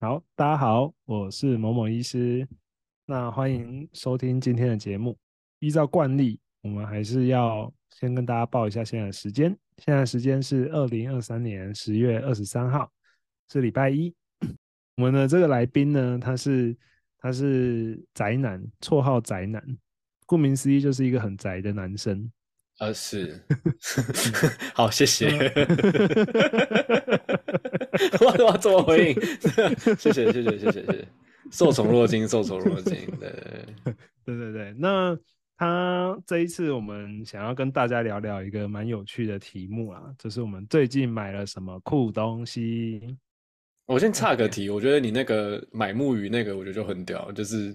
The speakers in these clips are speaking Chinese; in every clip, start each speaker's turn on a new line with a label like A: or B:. A: 好，大家好，我是某某医师，那欢迎收听今天的节目。依照惯例，我们还是要先跟大家报一下现在的时间，现在时间是二零二三年十月二十三号，是礼拜一。我们的这个来宾呢，他是他是宅男，绰号宅男，顾名思义就是一个很宅的男生。
B: 呃，是，好，谢谢。
A: 嗯
B: 我我怎么回应？谢谢，谢谢，谢谢，谢谢。受宠若惊，受宠若惊。对对对，
A: 对对对，那他这一次我们想要跟大家聊聊一个蛮有趣的题目啊，就是我们最近买了什么酷东西。
B: 我先岔个题，我觉得你那个买木鱼那个，我觉得就很屌，就是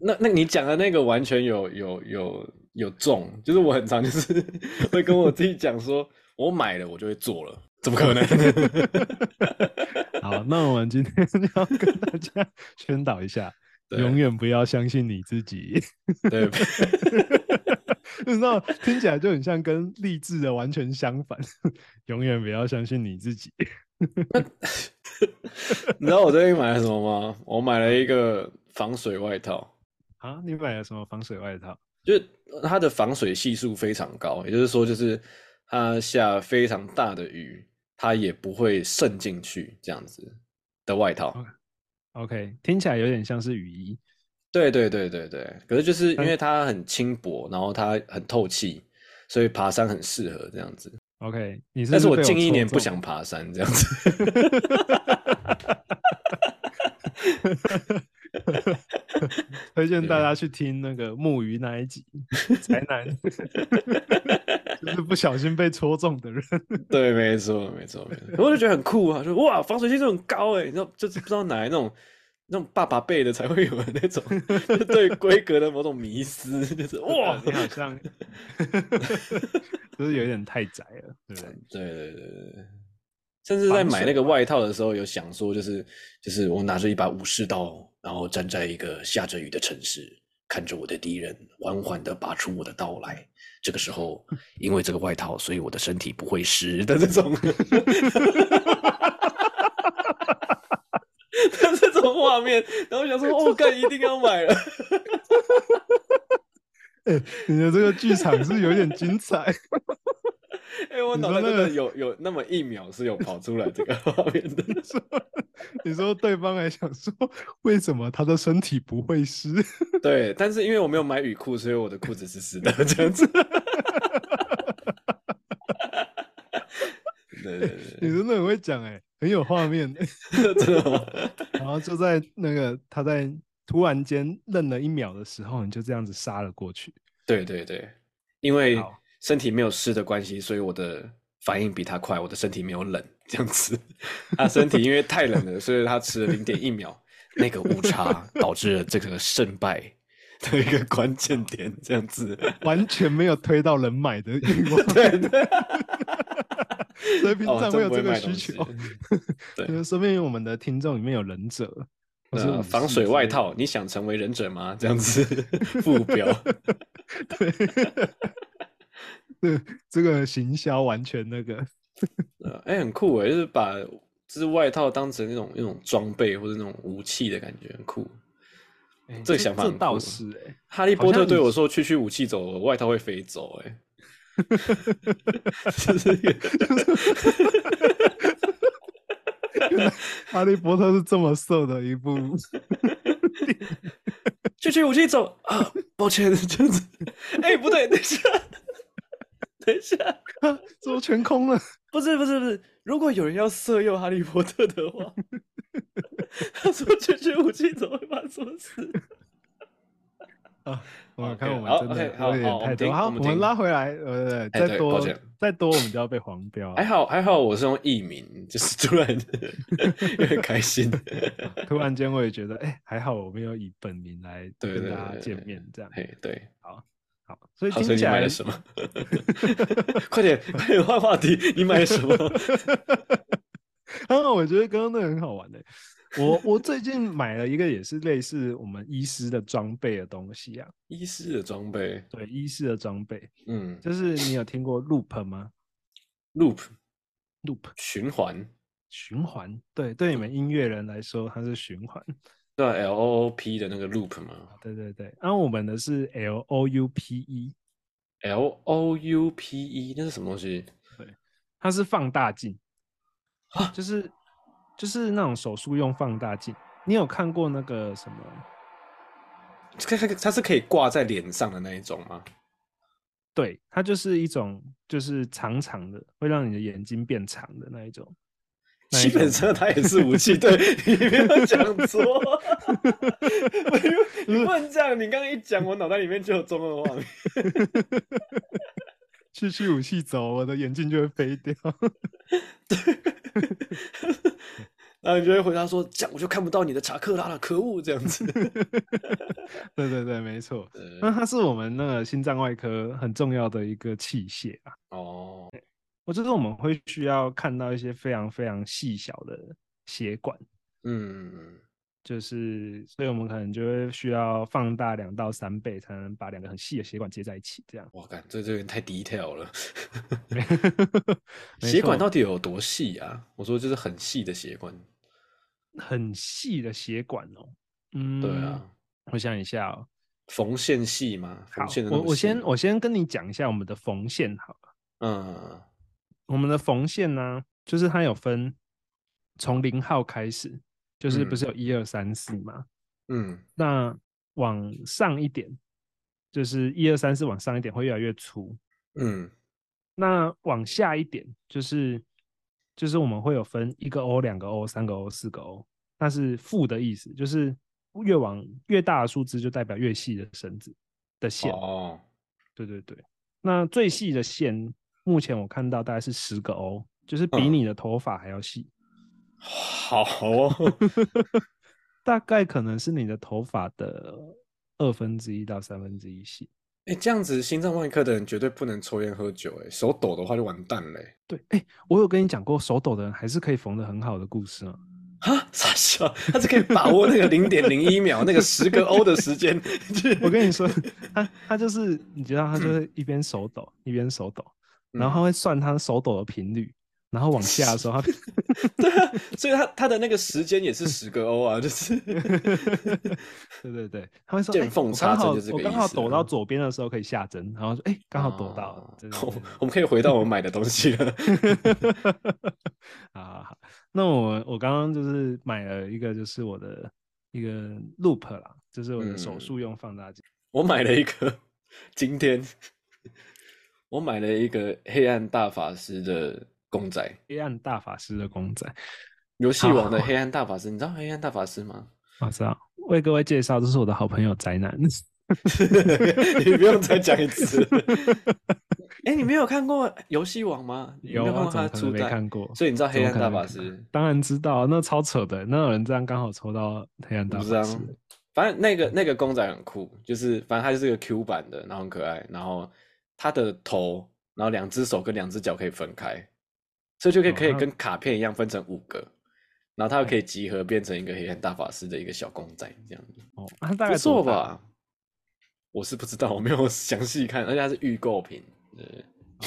B: 那那你讲的那个完全有有有有中，就是我很常就是 会跟我自己讲说，我买了我就会做了，怎么可能？
A: 好，那我们今天 就要跟大家 宣导一下，
B: 对
A: 永远不要相信你自己。
B: 对，
A: 你知道，听起来就很像跟励志的完全相反， 永远不要相信你自己。
B: 你知道我最近买了什么吗？我买了一个防水外套。
A: 啊，你买了什么防水外套？
B: 就是它的防水系数非常高，也就是说，就是它下非常大的雨，它也不会渗进去这样子的外套。
A: OK，听起来有点像是雨衣。
B: 对对对对对，可是就是因为它很轻薄，然后它很透气，所以爬山很适合这样子。
A: OK，你是
B: 但是
A: 是
B: 我
A: 被
B: 近一
A: 戳
B: 年不
A: 中
B: 想爬山这样子。
A: 推荐大家去听那个木鱼那一集，宅男 就是不小心被戳中的人。
B: 对，没错没错没错，我就觉得很酷啊，就哇，防水系数很高哎，你知道就是不知道哪来那种。那种爸爸辈的才会有的那种 就对规格的某种迷思，就是 哇，
A: 你好 像就是有点太宅了，对不对？
B: 对对对对对，甚至在
A: 防
B: 买
A: 水
B: 那个外套的时候，有想说，就是就是我拿着一把武士刀，然后站在一个下着雨的城市，看着我的敌人缓缓的拔出我的刀来。这个时候，因为这个外套，所以我的身体不会湿的这种，这种画面，然后想说，哦，干，一定要买了。
A: 你的这个剧场是有点精彩，
B: 哎、我
A: 你
B: 脑
A: 说
B: 袋
A: 那
B: 真
A: 个
B: 的有有那么一秒是有跑出来这个画面的。
A: 你说对方还想说为什么他的身体不会湿？
B: 对，但是因为我没有买雨裤，所以我的裤子是湿的， 这样子。对对
A: 你真的很会讲哎、很有画面、欸
B: 对，真的吗？
A: 然后就在那个他在突然间愣了一秒的时候，你就这样子杀了过去。
B: 对对对，因为
A: 好
B: 身体没有湿的关系，所以我的反应比他快，我的身体没有冷，这样子。他身体因为太冷了，所以他迟了零点一秒，那个误差导致了这个胜败的一个关键点，这样子。
A: 完全没有推到人买的欲望，
B: 对对，
A: 所以 平
B: 哦
A: 常
B: 真
A: 有
B: 不
A: 这
B: 会
A: 个
B: 卖
A: 需
B: 东西
A: 求。
B: 对
A: 就是说明我们的听众里面有忍者，或是
B: 呃，
A: 武
B: 防
A: 士
B: 水
A: 之
B: 外
A: 类的，
B: 套，你想成为忍者吗？这样子副标，
A: 对这个行销完全那个，
B: 呃，哎、很酷哎，就是把就是外套当成那种那种装备或者那种武器的感觉，很酷。
A: 哎
B: 这个想法
A: 这
B: 很
A: 倒
B: 酷
A: 是哎、
B: 哈利
A: 好
B: 波特
A: 像
B: 对
A: 以
B: 我说：“区区武器走，我外套会飞走。”哎， 就是一个
A: 哈利波特》是这么色的一部
B: 区区武器走啊！抱歉，这样子。哎、不对，等一下，等一下，
A: 啊，怎么全空了？
B: 不是不是不是，如果有人要色诱哈利波特的话， 他说这些武器怎么会发生什么事？
A: 我
B: OK，
A: 看我
B: 好
A: 们真
B: ，OK，
A: 的
B: 好
A: 有点
B: 好我
A: 太多，好，我
B: 们停我们
A: 们
B: 停
A: 拉回来，呃，
B: 哎
A: 再
B: 对
A: 多
B: 抱歉哎
A: 再多我们就要被黄 标
B: 还
A: 啊，
B: 好还好，我是用艺名，就是 突然有点开心。
A: 突然间我也觉得，哎，还好我没有以本名来
B: 对
A: 跟
B: 对
A: 大家
B: 对
A: 见
B: 对
A: 面，这样
B: 嘿，对，
A: 好，所以
B: 好，
A: 听
B: 所以
A: 起
B: 你买
A: 来
B: 了什么？ 快点快点换话题，你买了 什么？
A: 啊，我觉得刚刚那个很好玩的、我我最近买了一个也是类似我们医师的装备的东西啊，
B: 医师的装备，
A: 对，医师的装备，
B: 嗯
A: 就是你有听过 Loop 吗
B: ，loop
A: ？Loop
B: 循环，
A: 循环，对，对你们音乐人来说，它是循环。
B: 那啊 L O O P 的那个 loop 吗
A: 对对对，然、后我们的是 L O U P E，
B: ？L O U P E 那是什么东西？
A: 它是放大镜
B: 啊，
A: 就是就是那种手术用放大镜。你有看过那个什么？
B: 它它它是可以挂在脸上的那一种吗？
A: 对，它就是一种就是长长的，会让你的眼睛变长的那一种。那一
B: 基本
A: 种
B: 上它也是 武器，对，你不要讲错， 我以为你不能这样。你刚刚一讲，我脑袋里面就有中文画面。
A: 去去武器走，我的眼镜就会飞掉。
B: 然后你就会回答说：“这样我就看不到你的查克拉了，可恶！”这样子。
A: 对对对，没错。那
B: 呃
A: 它是我们那个心脏外科很重要的一个器械啊。
B: 哦，
A: 我觉得我们会需要看到一些非常非常细小的血管，
B: 嗯，
A: 就是所以我们可能就会需要放大两到三倍，才能把两个很细的血管接在一起。这样，
B: 我感这这有点太 detail 了。
A: 没
B: 血管
A: 错
B: 到底有多细啊？我说就是很细的血管。
A: 很细的血管哦。嗯，
B: 对啊，，
A: 我想一下哦。
B: 缝线细吗？
A: 好
B: 缝线，的那
A: 我
B: 么
A: 我
B: 细
A: 先
B: 吗
A: 我先跟你讲一下我们的缝线好了。
B: 嗯
A: 我们的缝线呢、就是它有分从零号开始，就是不
B: 嗯
A: 是有一二三四嘛？
B: 嗯
A: 那往上一点，就是一二三四往上一点会越来越粗。
B: 嗯
A: 那往下一点就是就是我们会有分一个 O、两个 O、三个 O、四个 O，那是负的意思，就是越往越大的数字就代表越细的绳子的线。
B: 哦，
A: 对对对，那最细的线目前我看到大概是十个 O，就是比
B: 嗯
A: 你的头发还要细，
B: 好哦，
A: 大概可能是你的头发的二分之一到三分之一细。
B: 哎，这样子心脏外科的人绝对不能抽烟喝酒，哎，手抖的话就完蛋嘞。
A: 对，哎、我有跟你讲过手抖的人还是可以缝得很好的故事吗？
B: 啊，傻笑，他是可以把握那个零点零一秒，那个十个 O 的时间。
A: 我跟你说，他他就是你知道，他就
B: 嗯
A: 会一边手抖一边手抖，然后他会算他手抖的频率，然后往下的时 候他
B: 对啊，所以他他的那个时间也是十个 O 啊， 就是，
A: 对对对，他会说，
B: 见
A: 哎
B: 缝
A: 我
B: 插
A: 刚
B: 针
A: 好
B: 就这
A: 我
B: 个
A: 刚
B: 意
A: 好
B: 思
A: 抖
B: 啊
A: 到左边的时候可以下针，然后说，哎、刚好抖到了，对对
B: 哦
A: 对
B: 我们可以回到我们买的东西了。
A: 好好好，那我我刚刚就是买了一个，就是我的一个 loop 啦，就是我的手
B: 嗯
A: 术用放大镜。
B: 我买了一个，今天我买了一个黑暗大法师的公仔，
A: 黑暗大法师的公仔，
B: 游戏王的
A: 好
B: 黑暗大法师，你知道黑暗大法师吗？
A: 我知道，为各位介绍，这是我的好朋友宅男。
B: 你不用再讲一 次了。哎、你没有看过游戏王吗？你
A: 有
B: 没有看
A: 啊，怎么
B: 过他的
A: 可
B: 初
A: 能没
B: 代？
A: 看过？
B: 所以你知道
A: 怎
B: 黑
A: 么
B: 暗
A: 可
B: 大
A: 能没
B: 法
A: 看
B: 师？
A: 当然知道，那超扯的，那有人这样刚好抽到黑暗大
B: 不知
A: 法
B: 道
A: 师。，
B: 反正那个那个公仔很酷，就是反正它就是个 Q 版的，然后很可爱，然后它的头，然后两只手跟两只脚可以分开，所以就可以
A: 哦哎
B: 可以
A: 它
B: 跟卡片一样分成五个，然后它又可以集合变成一个黑暗大法师的一个小公仔这样子，
A: 哦，他大概
B: 不错
A: 多大？
B: 吧？我是不知道，我没有详细看，而且它是预购品。对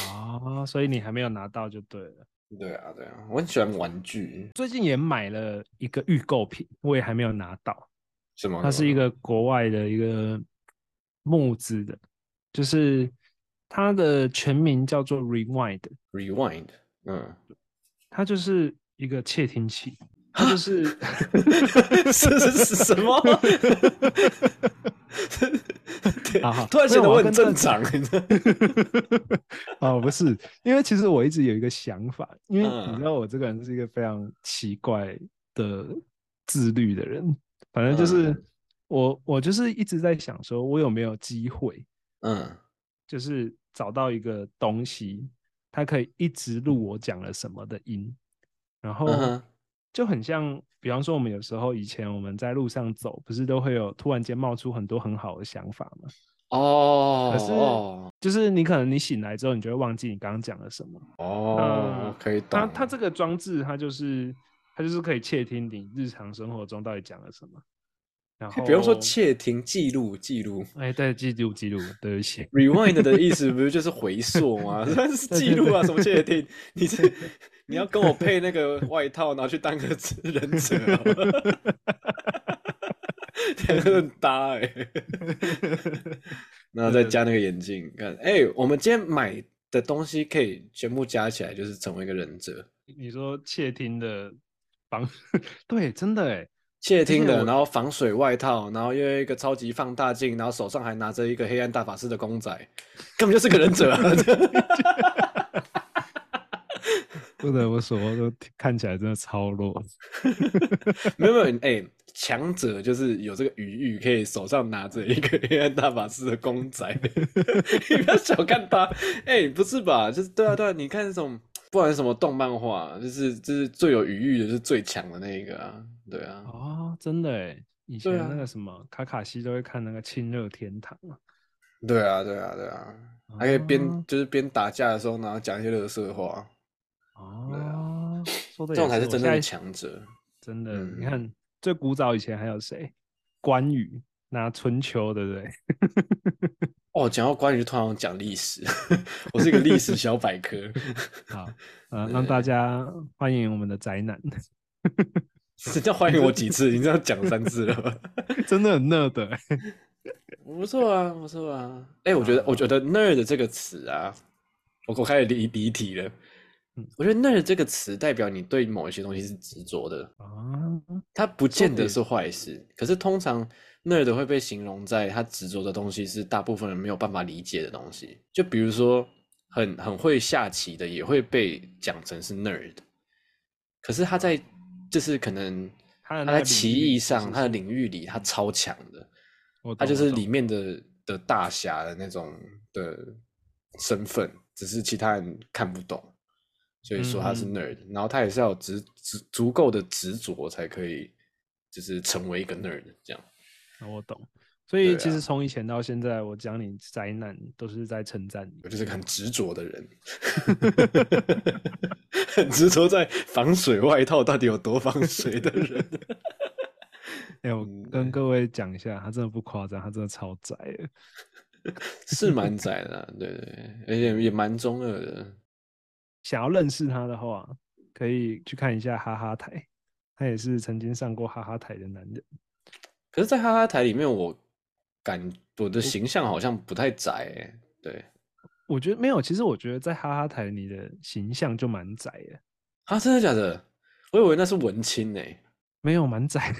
A: 哦，所以你还没有拿到就对了。
B: 对啊，对啊，我很喜欢玩具，
A: 最近也买了一个预购品，我也还没有拿到。
B: 什么？
A: 它是一个国外的一个募资的，就是它的全名叫做 Rewind，
B: rewind，嗯，
A: 它就是一个窃听器，它就是
B: 是是是什么？
A: 好好
B: 突然显
A: 没
B: 得
A: 有我要
B: 我很
A: 跟
B: 正
A: 大
B: 常，你知道
A: 哦，不是，因为其实我一直有一个想法，因为你知
B: 嗯
A: 道我这个人是一个非常奇怪的自律的人，反正就是
B: 嗯
A: 我我就是一直在想说，我有没有机会，
B: 嗯，
A: 就是找到一个东西，它可以一直录我讲了什么的音，然后
B: 嗯哼
A: 就很像，比方说我们有时候以前我们在路上走，不是都会有突然间冒出很多很好的想法吗？
B: 哦，
A: 可是
B: 哦，
A: 就是你可能你醒来之后，你就会忘记你刚刚讲了什么。
B: 哦，我可以懂。
A: 它它这个装置，它就是它就是可以窃听你日常生活中到底讲了什么。 然
B: 可
A: 后
B: 以不用说窃听，记录记录。
A: 哎，对，记录记录，对不 起，
B: Rewind 的意思不是就是回溯吗？那是记录啊，什么窃听？你是你要跟我配那个外套，然后去当个忍者、哦，两个很搭哎、然后再加那个眼镜，看哎、我们今天买的东西可以全部加起来，就是成为一个忍者，
A: 你说窃听的防， 对，真的哎，
B: 窃听
A: 而且
B: 的，
A: 我
B: 然后防水外套，然后又有一个超级放大镜，然后手上还拿着一个黑暗大法师的公仔，根本就是个忍者啊！
A: 不得不说，都看起来真的超 弱。
B: 没有没有，哎、强者就是有这个余裕，可以手上拿着一个黑暗大法师的 公仔，你不要小看他。哎、不是吧？就是对啊对啊，你看这种不管什么动漫画，就是就是最有余裕的，就是最强的那一个啊，对啊。
A: 哦，真的哎，以前
B: 对啊
A: 那个什么卡卡西都会看那个《亲热天堂》啊，
B: 对啊，对啊，对啊，还可以边、
A: 哦
B: 就是边打架的时候，然后讲一些乐色话，
A: 哦，说的
B: 啊这
A: 也
B: 种才是
A: 我
B: 真
A: 现
B: 正
A: 在
B: 的强者。
A: 真的，你
B: 嗯
A: 看最古早以前还有谁？关羽拿春秋，对不 对？
B: 哦，讲到关羽，突然讲历史， 我是一个历史小百科。
A: 好，啊，让大家欢迎我们的宅男，
B: 人家欢迎我几次？你这样讲三次了 吧？
A: 真的很热的欸。
B: 不错啊，不错啊。哎、我觉
A: 嗯
B: 得，我觉得 “nerd” 这个词啊，我我开始离离题了
A: 嗯。
B: 我觉得 “nerd” 这个词代表你对某一些东西是执着的，
A: 啊，
B: 它不见得
A: 对
B: 是坏事。可是通常 “nerd” 会被形容在他执着的东西是大部分人没有办法理解的东西。就比如说，很很会下棋的也会被讲成是 nerd，可是他在就是可能
A: 嗯他的
B: 他
A: 那个
B: 在
A: 领
B: 棋
A: 域
B: 艺
A: 是
B: 上
A: 是
B: 他的
A: 是
B: 领域里他超强的。
A: 我
B: 他
A: 懂
B: 就
A: 我
B: 是
A: 懂
B: 里面的的大侠的那种的身份，只是其他人看不懂，所以说他是
A: 嗯
B: nerd，、然后他也是要有执执足够的执着才可以，就是成为一个 nerd 这样。
A: 我懂。所以
B: 对
A: 其
B: 啊
A: 实从以前到现在，我讲你宅男都是在称赞你。
B: 我就是个很执着的人， 很执着在防水外套到底有多防水的人。
A: 哎、我
B: 嗯
A: 跟各位讲一下，他真的不夸张，他真的超宅的。
B: 是蛮窄的啊、对对对，而且也蛮中二的。
A: 想要认识他的话，可以去看一下哈哈台，他也是曾经上过哈哈台的男人。
B: 可是，在哈哈台里面，我感我的形象好像不太窄、欸，对
A: 我觉得没有，其实我觉得在哈哈台你的形象就蛮宅的，
B: 啊，真的假的？我以为那是文 青呢、欸。
A: 没有蛮宅的。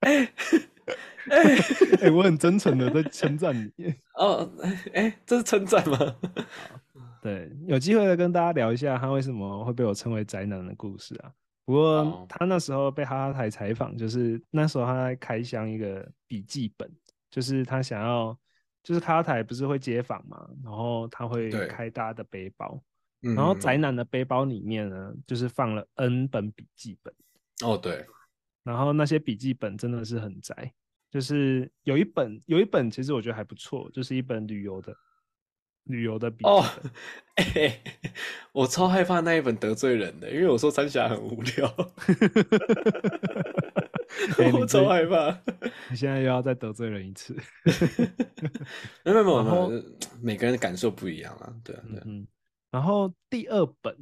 A: 哎、我很真诚的在称赞你。
B: 哦，哎、欸，这是称赞吗？
A: 对，有机会再跟大家聊一下他为什么会被我称为宅男的故事啊。不
B: 好
A: 过他那时候被哈哈台采访，就是那时候他在开箱一个笔记本，就是他想要，就是哈哈台不是会接访嘛，然后他会
B: 对
A: 开大家的背包，
B: 嗯
A: 然后宅男的背包里面呢，就是放了 N 本笔记本，
B: 哦，对，
A: 然后那些笔记本真的是很宅，就是有一本有一本其实我觉得还不错，就是一本旅游的旅游的笔记
B: 哦
A: 本。，
B: 哎、我超害怕那一本得罪人的，因为我说三峡很无聊，
A: 哎你
B: 我超
A: 这
B: 害怕。
A: 你现在又要再得罪人一次。
B: 没有没有
A: 然
B: 没
A: 后
B: 有，每个人的感受不一样啊，对啊
A: 嗯
B: 对啊，
A: 嗯。然后第二本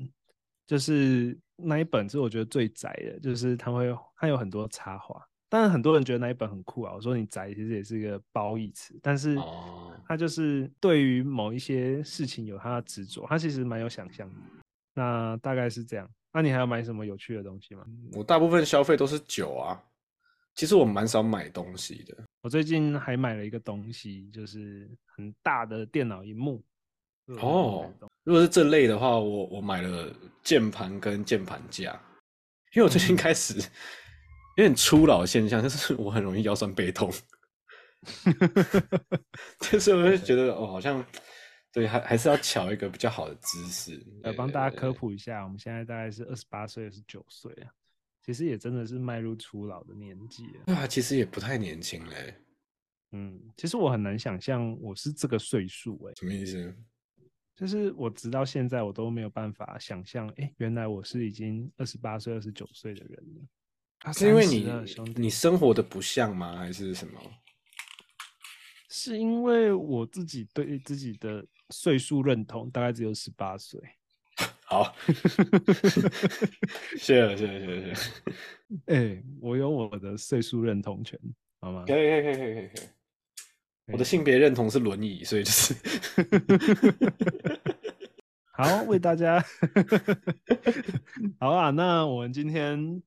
A: 就是那一本是我觉得最宅的，就是它会它有很多插画，当然很多人觉得那一本很酷啊。我说你宅其实也是一个褒义词，但是
B: 哦
A: 它就是对于某一些事情有它的执着，它其实蛮有想象力。那大概是这样。那你还要买什么有趣的东西吗？
B: 我大部分消费都是酒啊，其实我蛮少买东西的。
A: 我最近还买了一个东西，就是很大的电脑荧幕。是我最近买的
B: 哦，如果是这类的话，我我买了键盘跟键盘架，因为我最
A: 嗯
B: 近开始 有点初老现象，就是我很容易腰酸背痛，就是我就觉得哦，好像对，还还是要巧一个比较好的姿势
A: 呃，帮大家科。
B: 对对对
A: 普一下，我们现在大概是二十八岁、二十九岁啊，其实也真的是迈入初老的年纪了。
B: 对啊，其实也不太年轻嘞，
A: 嗯，其实我很难想象我是这个岁数诶、
B: 什么意思？
A: 就是我直到现在我都没有办法想象，诶，原来我是已经二十八岁、二十九岁的人了。他
B: 啊是因为
A: 30
B: 你
A: 了兄弟
B: 你生活的不像吗？还是什么？
A: 是因为我自己对自己的岁数认同大概只有十八 岁，
B: 好， 谢了谢了谢了谢了，
A: 哎、我有我的岁数认同权，好吗？
B: 可以可以可以可以可以可以，我的
A: 哎
B: 性别认同是轮椅，所以就是
A: 好，为大家， 好啊，那我们今天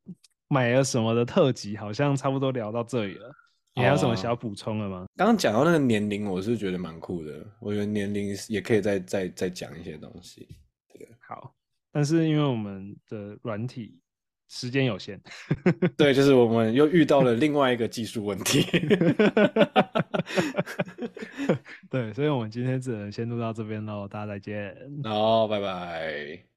A: 买了什么的特辑，好像差不多聊到这里了。你还有什
B: 好
A: 么
B: 啊
A: 想要补充的吗？
B: 刚刚讲到那个年龄，我是觉得蛮酷的，我觉得年龄是也可以再再再讲一些东西。
A: 好，但是因为我们的软体时间有限，
B: 对，就是我们又遇到了另外一个技术问题。
A: 对，所以我们今天只能先录到这边喽，大家再见。
B: 好，拜拜。